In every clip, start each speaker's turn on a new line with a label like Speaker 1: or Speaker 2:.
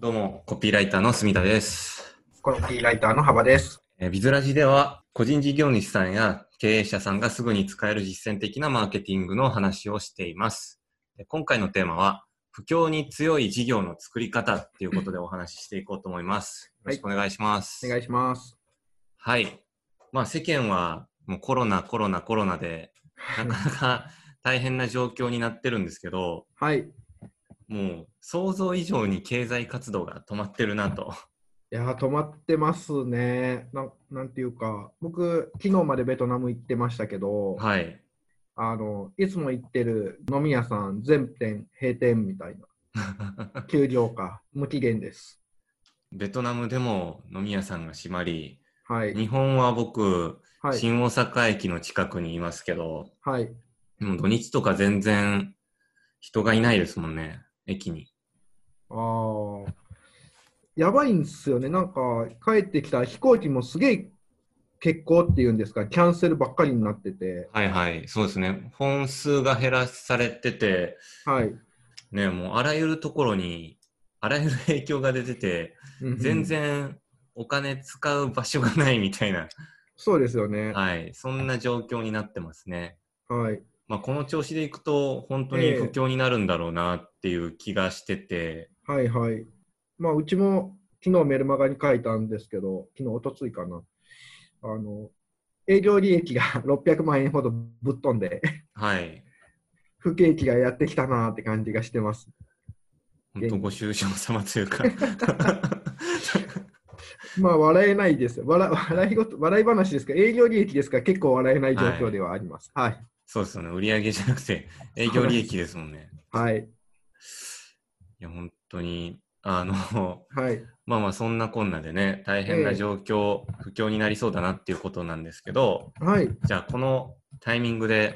Speaker 1: どうも、コピーライターの住田です。
Speaker 2: コピーライターの幅です。
Speaker 1: えービズラジでは、個人事業主さんや経営者さんがすぐに使える実践的なマーケティングの話をしています。で今回のテーマは、不況に強い事業の作り方っていうことでお話ししていこうと思います。よろしくお願いします。
Speaker 2: お願いします。
Speaker 1: はい。まあ世間はもうコロナ、コロナ、コロナで、なかなか大変な状況になってるんですけど、
Speaker 2: はい。い
Speaker 1: もう想像以上に経済活動が止まってるなと。
Speaker 2: やー、止まってますね。なんなんていうか、僕、昨日までベトナム行ってましたけど、
Speaker 1: はい。
Speaker 2: あのいつも行ってる飲み屋さん、全店閉店みたいな、休業か、無期限です。
Speaker 1: ベトナムでも飲み屋さんが閉まり、
Speaker 2: はい。
Speaker 1: 日本は僕、
Speaker 2: はい。
Speaker 1: 新大阪駅の近くにいますけど、
Speaker 2: はい、
Speaker 1: もう土日とか全然人がいないですもんね、駅に。
Speaker 2: ああ。やばいんですよね。なんか、帰ってきた飛行機もすげえ欠航っていうんですか、キャンセルばっかりになってて、
Speaker 1: はいはい、そうですね。本数が減らされてて、
Speaker 2: はい。
Speaker 1: ね、もうあらゆるところに、あらゆる影響が出てて、
Speaker 2: うんうん
Speaker 1: 全。然お金使う場所がないみたい な、
Speaker 2: そうですよね。
Speaker 1: はい、そんな状況になってますね。
Speaker 2: はい。
Speaker 1: まあ、この調子でいくと、本当に不況になるんだろうなっていう気がしてて、
Speaker 2: はいはい。まあ、うちも昨日メルマガに書いたんですけど、昨日、おとついかな。あの、営業利益が 600万円ほどぶっ飛んで、
Speaker 1: はい。
Speaker 2: 不景気がやってきたなーって感じがしてます。
Speaker 1: 本当ご愁傷様というか。
Speaker 2: まあ、笑えないですよ。笑 笑い事、笑い話ですか営業利益ですから結構笑えない状況ではあります。はい。
Speaker 1: そうですよね。売り上げじゃなくて、営業利益ですもんね。
Speaker 2: はい。
Speaker 1: いや、本当に、あの、
Speaker 2: はい。
Speaker 1: まあまあ、そんなこんなでね、大変な状況、不況になりそうだなっていうことなんですけど、
Speaker 2: はい。
Speaker 1: じゃあ、このタイミングで、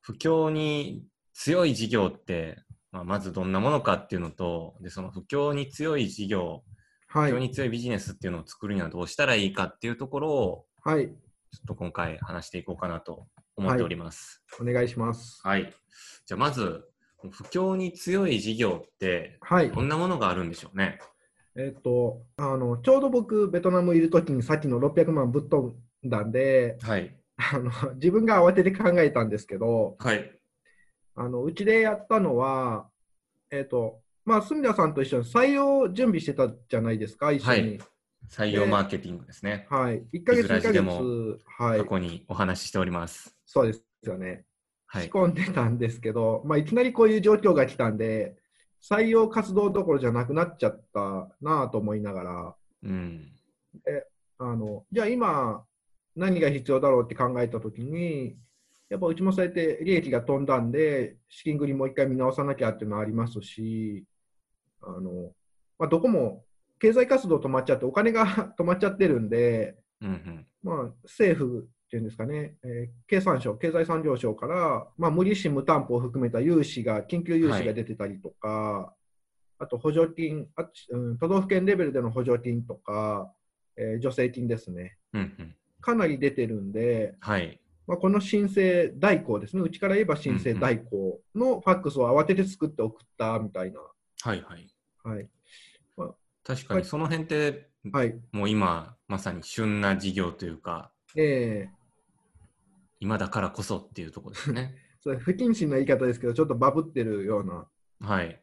Speaker 1: 不況に強い事業って、まあ、まずどんなものかっていうのと、で、その不況に強い事業、非
Speaker 2: はい。
Speaker 1: 常
Speaker 2: はい。
Speaker 1: に強いビジネスっていうのを作るにはどうしたらいいかっていうところを
Speaker 2: はい
Speaker 1: ちょっと今回話していこうかなと思っております。
Speaker 2: お願いします。
Speaker 1: はい。じゃあまず、不況に強い事業って
Speaker 2: はい。
Speaker 1: どんなものがあるんでしょうね。
Speaker 2: えっ、と、あの、ちょうど僕、ベトナムいるときにさっきの600万ぶっ飛んだんで、
Speaker 1: はい。
Speaker 2: あの自分が慌てて考えたんですけど、
Speaker 1: はい。
Speaker 2: あのうちでやったのは、えっ、と、まあ、住田さんと一緒に採用を準備してたじゃないですか、一緒に。
Speaker 1: 採用マーケティングですね。
Speaker 2: はい。1ヶ月、
Speaker 1: いずれ
Speaker 2: 2
Speaker 1: に
Speaker 2: ヶ
Speaker 1: して
Speaker 2: 月
Speaker 1: も、
Speaker 2: はい
Speaker 1: 過。去にお話ししております。
Speaker 2: そうですよね。
Speaker 1: は
Speaker 2: 仕
Speaker 1: い。
Speaker 2: 込んでたんですけど、まあ、いきなりこういう状況が来たんで、採用活動どころじゃなくなっちゃったなぁと思いながら、
Speaker 1: うん。
Speaker 2: あのじゃあ今、何が必要だろうって考えたときに、やっぱうちもそうやって利益が飛んだんで、資金繰りもう一回見直さなきゃっていうのはありますし、あのまあ、どこも経済活動止まっちゃって、お金が 止まっちゃってるんで、
Speaker 1: うんうん。
Speaker 2: まあ、政府っていうんですかね、えー経産省、経済産業省から、まあ、無利子・無担保を含めた融資が、緊急融資が出てたりとか、あと補助金あ、うん、都道府県レベルでの補助金とか、えー助成金ですね、
Speaker 1: うんうん。
Speaker 2: かなり出てるんで、
Speaker 1: はい。
Speaker 2: まあ、この申請代行ですね、うちから言えば申請代行のファックスを慌てて作って送ったみたいな、
Speaker 1: はいはい。
Speaker 2: はい、
Speaker 1: 確かにその辺って、
Speaker 2: はい、
Speaker 1: もう今、まさに旬な事業というか、
Speaker 2: えー
Speaker 1: 今だからこそっていうところです ね。
Speaker 2: それ不謹慎な言い方ですけど、ちょっとバブってるような
Speaker 1: はい。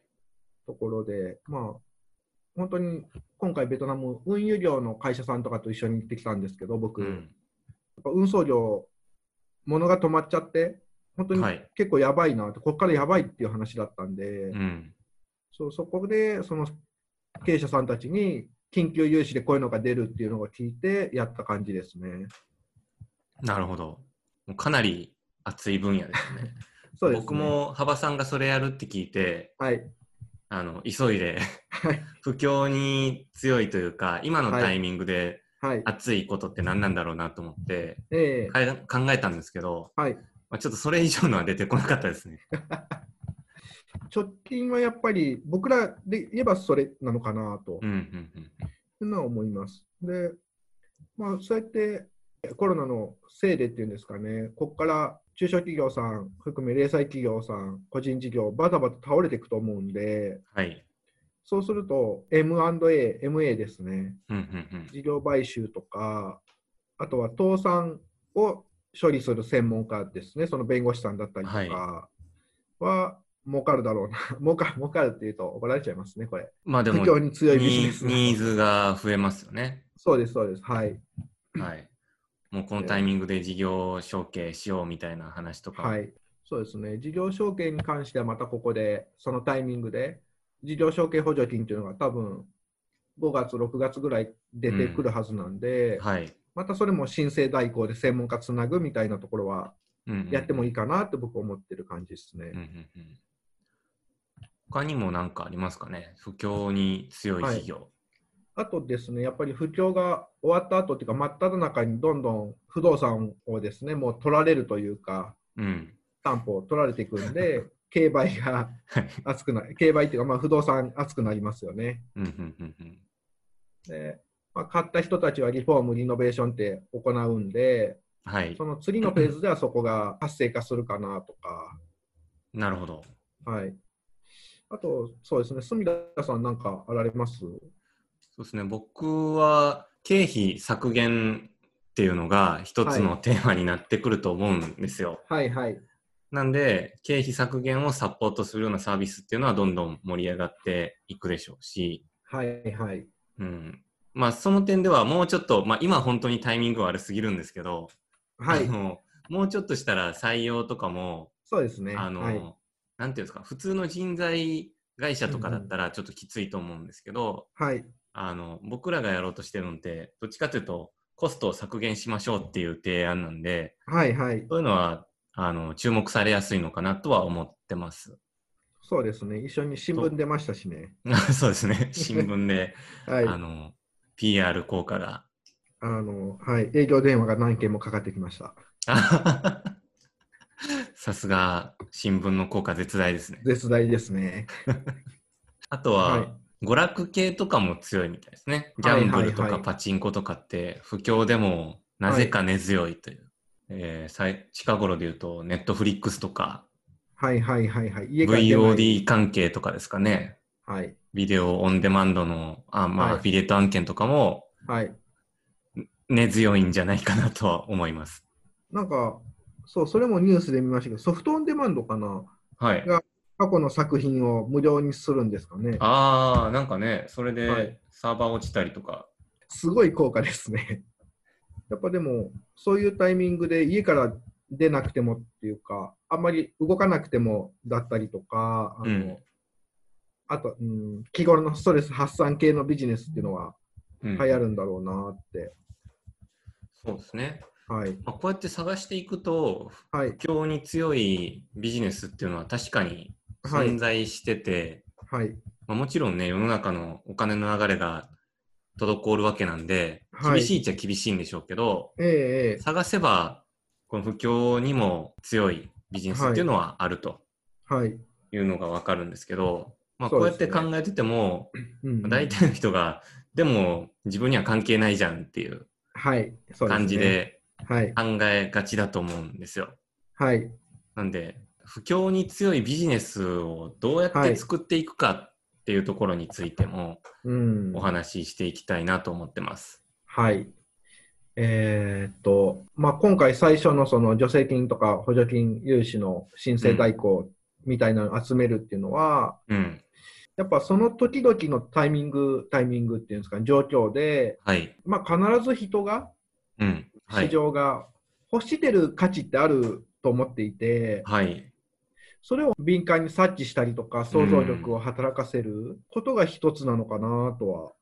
Speaker 2: ところで、まあ、本当に今回、ベトナム、運輸業の会社さんとかと一緒に行ってきたんですけど、僕、
Speaker 1: う
Speaker 2: やっ
Speaker 1: ん。
Speaker 2: ぱ運送業、物が止まっちゃって、本当に
Speaker 1: はい
Speaker 2: 結構やばいなって、ここからやばいっていう話だったんで、
Speaker 1: うん。
Speaker 2: そうそこでその経営者さんたちに、緊急融資でこういうのが出るっていうのを聞いて、やった感じですね。
Speaker 1: なるほど。もうかなり熱い分野ですね。
Speaker 2: そうですね
Speaker 1: 僕、も幅さんがそれやるって聞いて、
Speaker 2: はい、
Speaker 1: あの急いで
Speaker 2: はい、
Speaker 1: 不況に強いというか、今の
Speaker 2: はい
Speaker 1: タイミングで
Speaker 2: はい、
Speaker 1: 熱いことって何なんだろうなと思って、
Speaker 2: ええ
Speaker 1: かえ考えたんですけど、
Speaker 2: はい、
Speaker 1: まあ、ちょっとそれ以上のは出てこなかったですね。
Speaker 2: 直近はやっぱり、僕らで言えばそれなのかなと。
Speaker 1: うんうんうん。
Speaker 2: というのは思います。で、まあ、そうやってコロナのせいでっていうんですかね、ここから中小企業さん含め、零細企業さん、個人事業、バタバタ倒れていくと思うんで、
Speaker 1: はい。
Speaker 2: そうすると M&A、MA ですね。
Speaker 1: うんうん
Speaker 2: 事業買収とか、あとは倒産を処理する専門家ですね、その弁護士さんだったりとかは、儲かるだろうな、儲か儲かるっていうと怒られちゃいますね、これ。
Speaker 1: うん。まあで
Speaker 2: 不
Speaker 1: も、
Speaker 2: 況に強いビジ
Speaker 1: ニ
Speaker 2: ネス。
Speaker 1: ニーズが増えますよね。
Speaker 2: そうです、そうです。はい。
Speaker 1: はい。もうこのタイミングで事業承継しようみたいな話とか。
Speaker 2: はい、そうですね、事業承継に関してはまたここで、そのタイミングで、事業承継補助金というのが多分5月、6月ぐらい出てくるはずなんで、
Speaker 1: はい。
Speaker 2: またそれも申請代行で専門家つなぐみたいなところは
Speaker 1: うんうん
Speaker 2: やってもいいかなって僕思ってる感じですね。
Speaker 1: うんうんうん他にも何かありますかね不況に強い事業。
Speaker 2: あとですね、やっぱり不況が終わった後っていうか、真っ只中にどんどん不動産をですね、もう取られるというか、
Speaker 1: うん。
Speaker 2: 担保を取られていくんで、競売が
Speaker 1: はい
Speaker 2: 熱くな競売っていうか、まあ、不動産熱くなりますよね。
Speaker 1: うんうんうんうん
Speaker 2: で、まあ、買った人たちはリフォーム、リノベーションって行うんで、
Speaker 1: はい
Speaker 2: そ。の次のフェーズではそこが活性化するかなとか、
Speaker 1: なるほど。
Speaker 2: はい。あと、そうですね、住田さんなんかあられます
Speaker 1: そうですね。僕は経費削減っていうのが一つのテーマになってくると思うんですよ。
Speaker 2: はいはい。
Speaker 1: なんで、経費削減をサポートするようなサービスっていうのはどんどん盛り上がっていくでしょうし、
Speaker 2: はいはい。
Speaker 1: うん。まあ、その点ではもうちょっと、まあ、今本当にタイミング悪すぎるんですけど、
Speaker 2: は
Speaker 1: あ
Speaker 2: い。
Speaker 1: のもうちょっとしたら採用とかも、
Speaker 2: そうですね。
Speaker 1: あの、
Speaker 2: はい。
Speaker 1: なんていうんですか、普通の人材会社とかだったらちょっときついと思うんですけど、
Speaker 2: はい。
Speaker 1: あの、僕らがやろうとしてるのって、どっちかというと、コストを削減しましょうっていう提案なんで、
Speaker 2: はいはい。
Speaker 1: そういうのは、あの、注目されやすいのかなとは思ってます。
Speaker 2: そうですね。一緒に新聞出ましたしね。
Speaker 1: そうです ね、新聞で、
Speaker 2: はい。
Speaker 1: あの、PR 効果が。
Speaker 2: あの、はい。営業電話が何件もかかってきました。
Speaker 1: さすが、新聞の効果絶大ですね。
Speaker 2: 絶大ですね。
Speaker 1: あとは、
Speaker 2: はい
Speaker 1: 娯楽系とかも強いみたいですね。ギ
Speaker 2: は
Speaker 1: ャ
Speaker 2: い
Speaker 1: ンブルと
Speaker 2: はい
Speaker 1: か
Speaker 2: はい
Speaker 1: パチンコとかって、不況でもなぜか根強いという。えー最近頃で言うと、ネットフリックスとか、
Speaker 2: はいはいはいはい。家から出ない
Speaker 1: VOD 関係とかですかね。
Speaker 2: はい。
Speaker 1: ビデオオンデマンドの、あまあ、
Speaker 2: はい
Speaker 1: アフィリエイト案件とかも
Speaker 2: はい。
Speaker 1: 根強いんじゃないかなとは思います。
Speaker 2: なんか、そう、それもニュースで見ましたけど、ソフトオンデマンドかな、
Speaker 1: はい。
Speaker 2: 過去の作品を無料にするんですかね。
Speaker 1: あー、なんかね、それ
Speaker 2: は
Speaker 1: で
Speaker 2: い
Speaker 1: サーバー落ちたりとか。
Speaker 2: すごい効果ですね。 やっぱでも、そういうタイミングで家から出なくてもっていうか、あんまり動かなくてもだったりとか、あの
Speaker 1: うん
Speaker 2: あと、うん、日頃のストレス発散系のビジネスっていうのは
Speaker 1: うん
Speaker 2: 流行るんだろうなって。
Speaker 1: そうですね。
Speaker 2: はい。
Speaker 1: まあ、こうやって探していくと、
Speaker 2: はい。
Speaker 1: 不況に強いビジネスっていうのは確かに
Speaker 2: はい
Speaker 1: 存在してて、
Speaker 2: はい。
Speaker 1: まあ、もちろんね世の中のお金の流れが滞るわけなんで
Speaker 2: はい
Speaker 1: 厳しいっちゃ厳しいんでしょうけど、
Speaker 2: ええええ
Speaker 1: 探せばこの不況にも強いビジネスっていうのはあると
Speaker 2: はい。
Speaker 1: いうのがわかるんですけど、まあ、
Speaker 2: そ
Speaker 1: こ
Speaker 2: う
Speaker 1: う
Speaker 2: で
Speaker 1: やって
Speaker 2: すね
Speaker 1: 考えてても、
Speaker 2: うん
Speaker 1: 大体の人がでも自分には関係ないじゃんっていう
Speaker 2: はい。そうですね
Speaker 1: 感じ。で
Speaker 2: はい。
Speaker 1: 考えがちだと思うんですよ。
Speaker 2: はい。
Speaker 1: なんで、不況に強いビジネスをどうやっ
Speaker 2: は
Speaker 1: て
Speaker 2: い
Speaker 1: 作っていくかっていうところについても
Speaker 2: うん。
Speaker 1: お話ししていきたいなと思ってます。
Speaker 2: はい。えーっと、まあ、今回最初のその助成金とか補助金融資の申請代行みたいなのを集めるっていうのは、
Speaker 1: うん。
Speaker 2: やっぱその時々のタイミング、タイミングっていうんですかね、状況で、
Speaker 1: はい。
Speaker 2: まあ、必ず人が、
Speaker 1: うん。は
Speaker 2: 市
Speaker 1: い。
Speaker 2: 場が欲してる価値ってあると思っていて、
Speaker 1: はい。
Speaker 2: それを敏感に察知したりとか、想像力を働かせることが一つなのかなとは、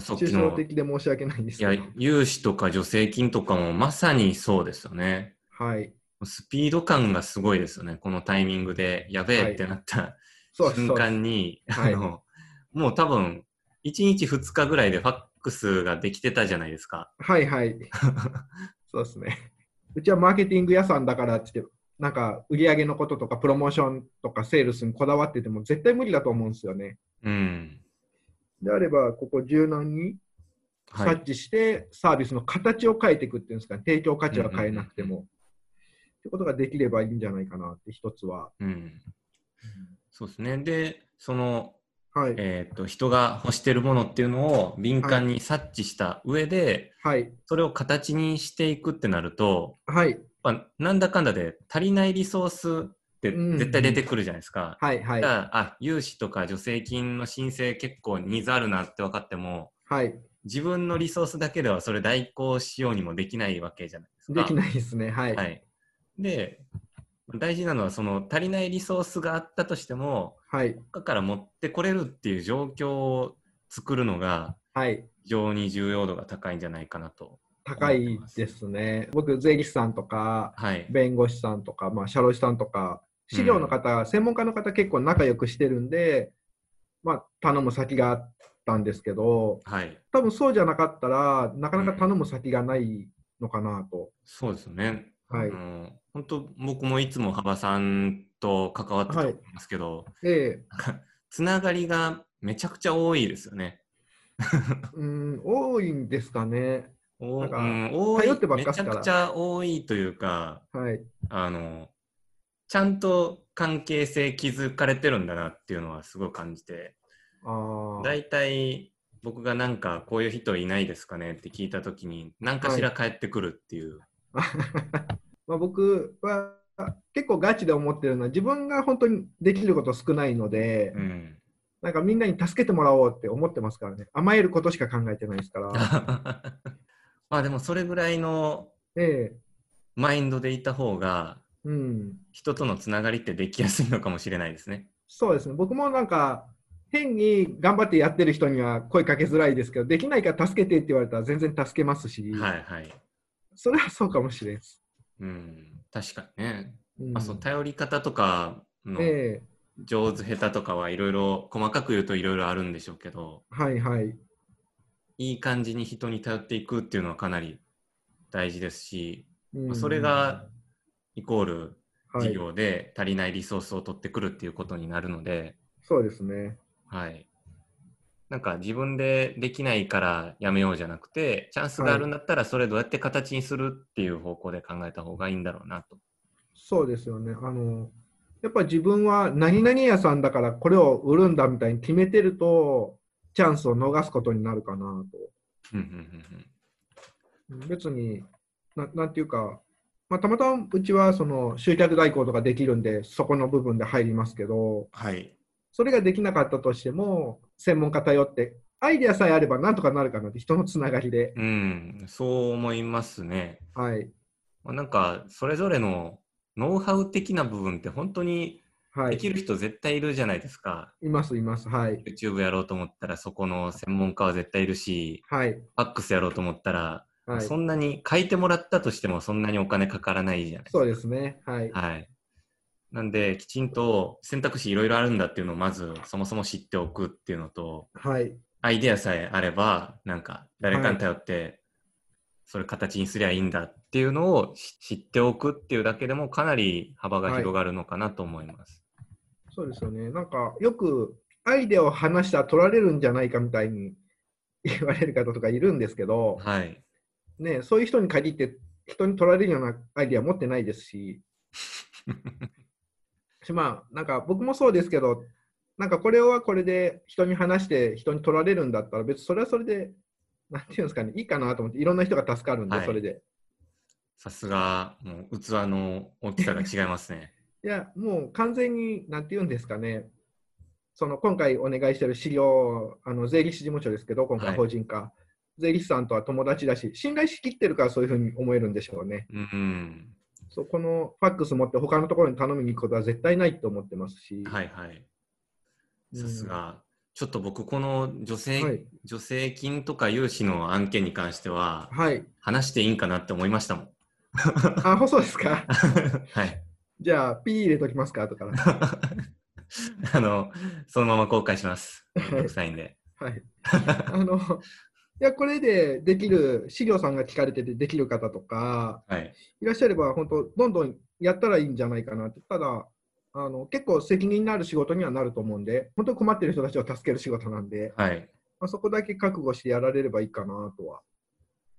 Speaker 1: さっき
Speaker 2: 抽象
Speaker 1: の、い
Speaker 2: 的で申し訳ないんです
Speaker 1: や
Speaker 2: けど、、
Speaker 1: 融資とか助成金とかもまさにそうですよね。
Speaker 2: はい。
Speaker 1: スピード感がすごいですよね。このタイミングで、やべえってなった、
Speaker 2: そうです
Speaker 1: 瞬
Speaker 2: そうです。
Speaker 1: 間に、
Speaker 2: はい
Speaker 1: あの、もう多分、1日2日ぐらいでファックスができてたじゃないですか。
Speaker 2: はいはい。 そうですね。うちはマーケティング屋さんだからって言って、なんか売り上げのこととかプロモーションとかセールスにこだわってても絶対無理だと思うんですよね。
Speaker 1: うん。
Speaker 2: であれば、ここ柔軟に
Speaker 1: はい。
Speaker 2: 察知してサービスの形を変えていくっていうんですかね、提供価値は変えなくても。ってことができればいいんじゃないかなって一つは。
Speaker 1: うん。そうですね。で、その、
Speaker 2: はい。
Speaker 1: えーっと、人が欲してるものっていうのを敏感に察知した上で、
Speaker 2: はい。
Speaker 1: それを形にしていくってなると、
Speaker 2: はい。
Speaker 1: まあ、なんだかんだで足りないリソースって
Speaker 2: うん
Speaker 1: 絶対出てくるじゃないですか。
Speaker 2: はい。はい
Speaker 1: じ。ゃああ、融資とか助成金の申請結構ニーズあるなって分かっても、
Speaker 2: はい。
Speaker 1: 自分のリソースだけではそれ代行しようにもできないわけじゃないですか。
Speaker 2: できないですね。はい。
Speaker 1: はい、で大事なのはその足りないリソースがあったとしても
Speaker 2: はい。
Speaker 1: 他から持ってこれるっていう状況を作るのが
Speaker 2: はい。
Speaker 1: 非常に重要度が高いんじゃないかなと。
Speaker 2: 高いですね。僕、税理士さんとか、
Speaker 1: はい、
Speaker 2: 弁護士さんとか、まあ、社労士さんとか、資料の方、専門家の方結構仲良くしてるんで、まあ、頼む先があったんですけど、
Speaker 1: はい、
Speaker 2: 多分そうじゃなかったらなかなか頼む先がないのかなと。
Speaker 1: そうですよね。
Speaker 2: はい
Speaker 1: あの本当僕もいつも幅さんと関わってたんですけど、
Speaker 2: ええ
Speaker 1: つながりがめちゃくちゃ多いですよね。
Speaker 2: うん、多いんですかね。
Speaker 1: お
Speaker 2: なんか
Speaker 1: うん多い
Speaker 2: 頼ってばっ
Speaker 1: めち
Speaker 2: かっす
Speaker 1: ゃ
Speaker 2: から
Speaker 1: くちゃ多いというか
Speaker 2: はい。
Speaker 1: あの、ちゃんと関係性気づかれてるんだなっていうのはすごい感じて、
Speaker 2: ああ。
Speaker 1: 大体僕がなんかこういう人いないですかねって聞いた時に、何かしら返ってくるっていう。
Speaker 2: まあ、僕は結構ガチで思ってるのは自分が本当にできること少ないので、
Speaker 1: うん。
Speaker 2: なんかみんなに助けてもらおうって思ってますからね。甘えることしか考えてないです から。
Speaker 1: まあでもそれぐらいの
Speaker 2: ええ
Speaker 1: マインドでいた方が、
Speaker 2: うん。
Speaker 1: 人とのつながりってできやすいのかもしれないですね。
Speaker 2: そうですね。僕もなんか変に頑張ってやってる人には声かけづらいですけど、できないから助けてって言われたら全然助けますし、
Speaker 1: はいはい。
Speaker 2: それはそうかもしれんです。
Speaker 1: うん、確かにね。
Speaker 2: うん
Speaker 1: まあそう、頼り方とかの
Speaker 2: ええ
Speaker 1: 上手下手とかはいろいろ細かく言うといろいろあるんでしょうけど
Speaker 2: はいはい。
Speaker 1: いい感じに人に頼っていくっていうのはかなり大事ですし、
Speaker 2: う
Speaker 1: ま
Speaker 2: ん
Speaker 1: あそれがイコール
Speaker 2: はい
Speaker 1: 事業で足りないリソースを取ってくるっていうことになるので、
Speaker 2: そうですね。
Speaker 1: はいなんか自分でできないからやめようじゃなくてチャンスがあるんだったらそれどうやって形にするっていう方向で考えた方がいいんだろうなと。
Speaker 2: そうですよね。あのやっぱ自分は何々屋さんだからこれを売るんだみたいに決めてるとチャンスを逃すことになるかなと。
Speaker 1: うんうんうんうん
Speaker 2: 別にななんていうか、まあ、たまたまうちはその集客代行とかできるんでそこの部分で入りますけど
Speaker 1: はい
Speaker 2: それができなかったとしても専門家頼ってアイデアさえあればなんとかなるかなって人のつながりで、
Speaker 1: うん、そう思いますね。
Speaker 2: はい
Speaker 1: まあなんかそれぞれのノウハウ的な部分って本当に
Speaker 2: は
Speaker 1: で
Speaker 2: い、
Speaker 1: きる人絶対いるじゃないですか、
Speaker 2: いますいますはい
Speaker 1: YouTube やろうと思ったらそこの専門家は絶対いるし
Speaker 2: はい
Speaker 1: ファックスやろうと思ったら、
Speaker 2: はい
Speaker 1: そんなに書いてもらったとしてもそんなにお金かからないじゃないですか
Speaker 2: そうですねはい
Speaker 1: はいなんできちんと選択肢いろいろあるんだっていうのをまずそもそも知っておくっていうのと
Speaker 2: はい
Speaker 1: アイデアさえあればなんか誰かに頼ってそれ形にすりゃいいんだっていうのをし知っておくっていうだけでもかなり幅が広がるのかなと思います。
Speaker 2: そうですよねなんかよくアイデアを話したら取られるんじゃないかみたいに 言われる方とかいるんですけど、
Speaker 1: はい、
Speaker 2: ね、そういう人に限って人に取られるようなアイデア持ってないで すししまあなんか僕もそうですけどなんかこれはこれで人に話して人に取られるんだったら別にそれはそれでなんていうんですかねいいかなと思っていろんな人が助かるんで、
Speaker 1: はい
Speaker 2: それで
Speaker 1: さすが、もう器の大きさが違いますね。
Speaker 2: いやもう完全になんていうんですかねその今回お願いしてる資料あの税理士事務所ですけど今
Speaker 1: は
Speaker 2: 回
Speaker 1: い
Speaker 2: 法人化、税理士さんとは友達だし信頼しきってるからそういうふうに思えるんでしょうね
Speaker 1: うん、
Speaker 2: そうこのファックス持って他のところに頼みに行くことは絶対ないと思ってますし、
Speaker 1: はいはい。
Speaker 2: うん
Speaker 1: さすが。ちょっと僕、この助成、
Speaker 2: はい
Speaker 1: 助成金とか融資の案件に関しては、
Speaker 2: はい。
Speaker 1: 話していいんかなって思いましたもん。
Speaker 2: あ、細いですか
Speaker 1: はい。
Speaker 2: じゃあ、P 入れときますかとか。 は
Speaker 1: あの、そのまま公開します。6歳 で。
Speaker 2: い。あの、いや、これでできる、資料さんが聞かれててできる方とか、
Speaker 1: はい。
Speaker 2: いらっしゃれば、本当どんどんやったらいいんじゃないかなって。ただ、あの結構責任のある仕事にはなると思うんで、本当に困ってる人たちを助ける仕事なんで、
Speaker 1: はい。
Speaker 2: まあ、そこだけ覚悟してやられればいいかなとは。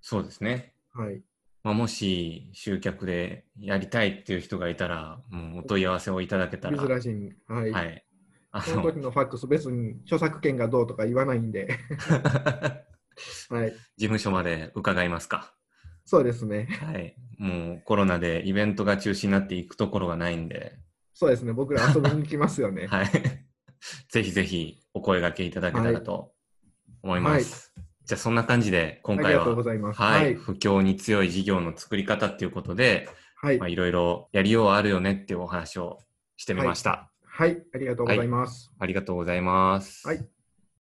Speaker 1: そうですね。
Speaker 2: はい。
Speaker 1: まあ、もし、集客でやりたいっていう人がいたら、もうお問い合わせをいただけたら、
Speaker 2: 珍しいに。はい。
Speaker 1: はい。あ
Speaker 2: その
Speaker 1: の、
Speaker 2: 時のファックス、別に著作権がどうとか言わないんで、はい、
Speaker 1: 事務所まで伺いますか。
Speaker 2: そうですね、
Speaker 1: はい。もうコロナでイベントが中止になっていくところがないんで、
Speaker 2: そうですね、僕ら遊びに来ますよね。
Speaker 1: はい。 ぜひぜひお声掛けいただけたらと思います。じゃあそんな感じで今
Speaker 2: あり
Speaker 1: 回
Speaker 2: がとう
Speaker 1: は
Speaker 2: ご、ざいます。
Speaker 1: は、
Speaker 2: はいい、
Speaker 1: 不況に強い事業の作り方っていうことで、
Speaker 2: はい
Speaker 1: まあ、、いろいろやりようはあるよねっていうお話をしてみました。
Speaker 2: はい、ありがとうございます。
Speaker 1: ありがとうございます。
Speaker 2: はい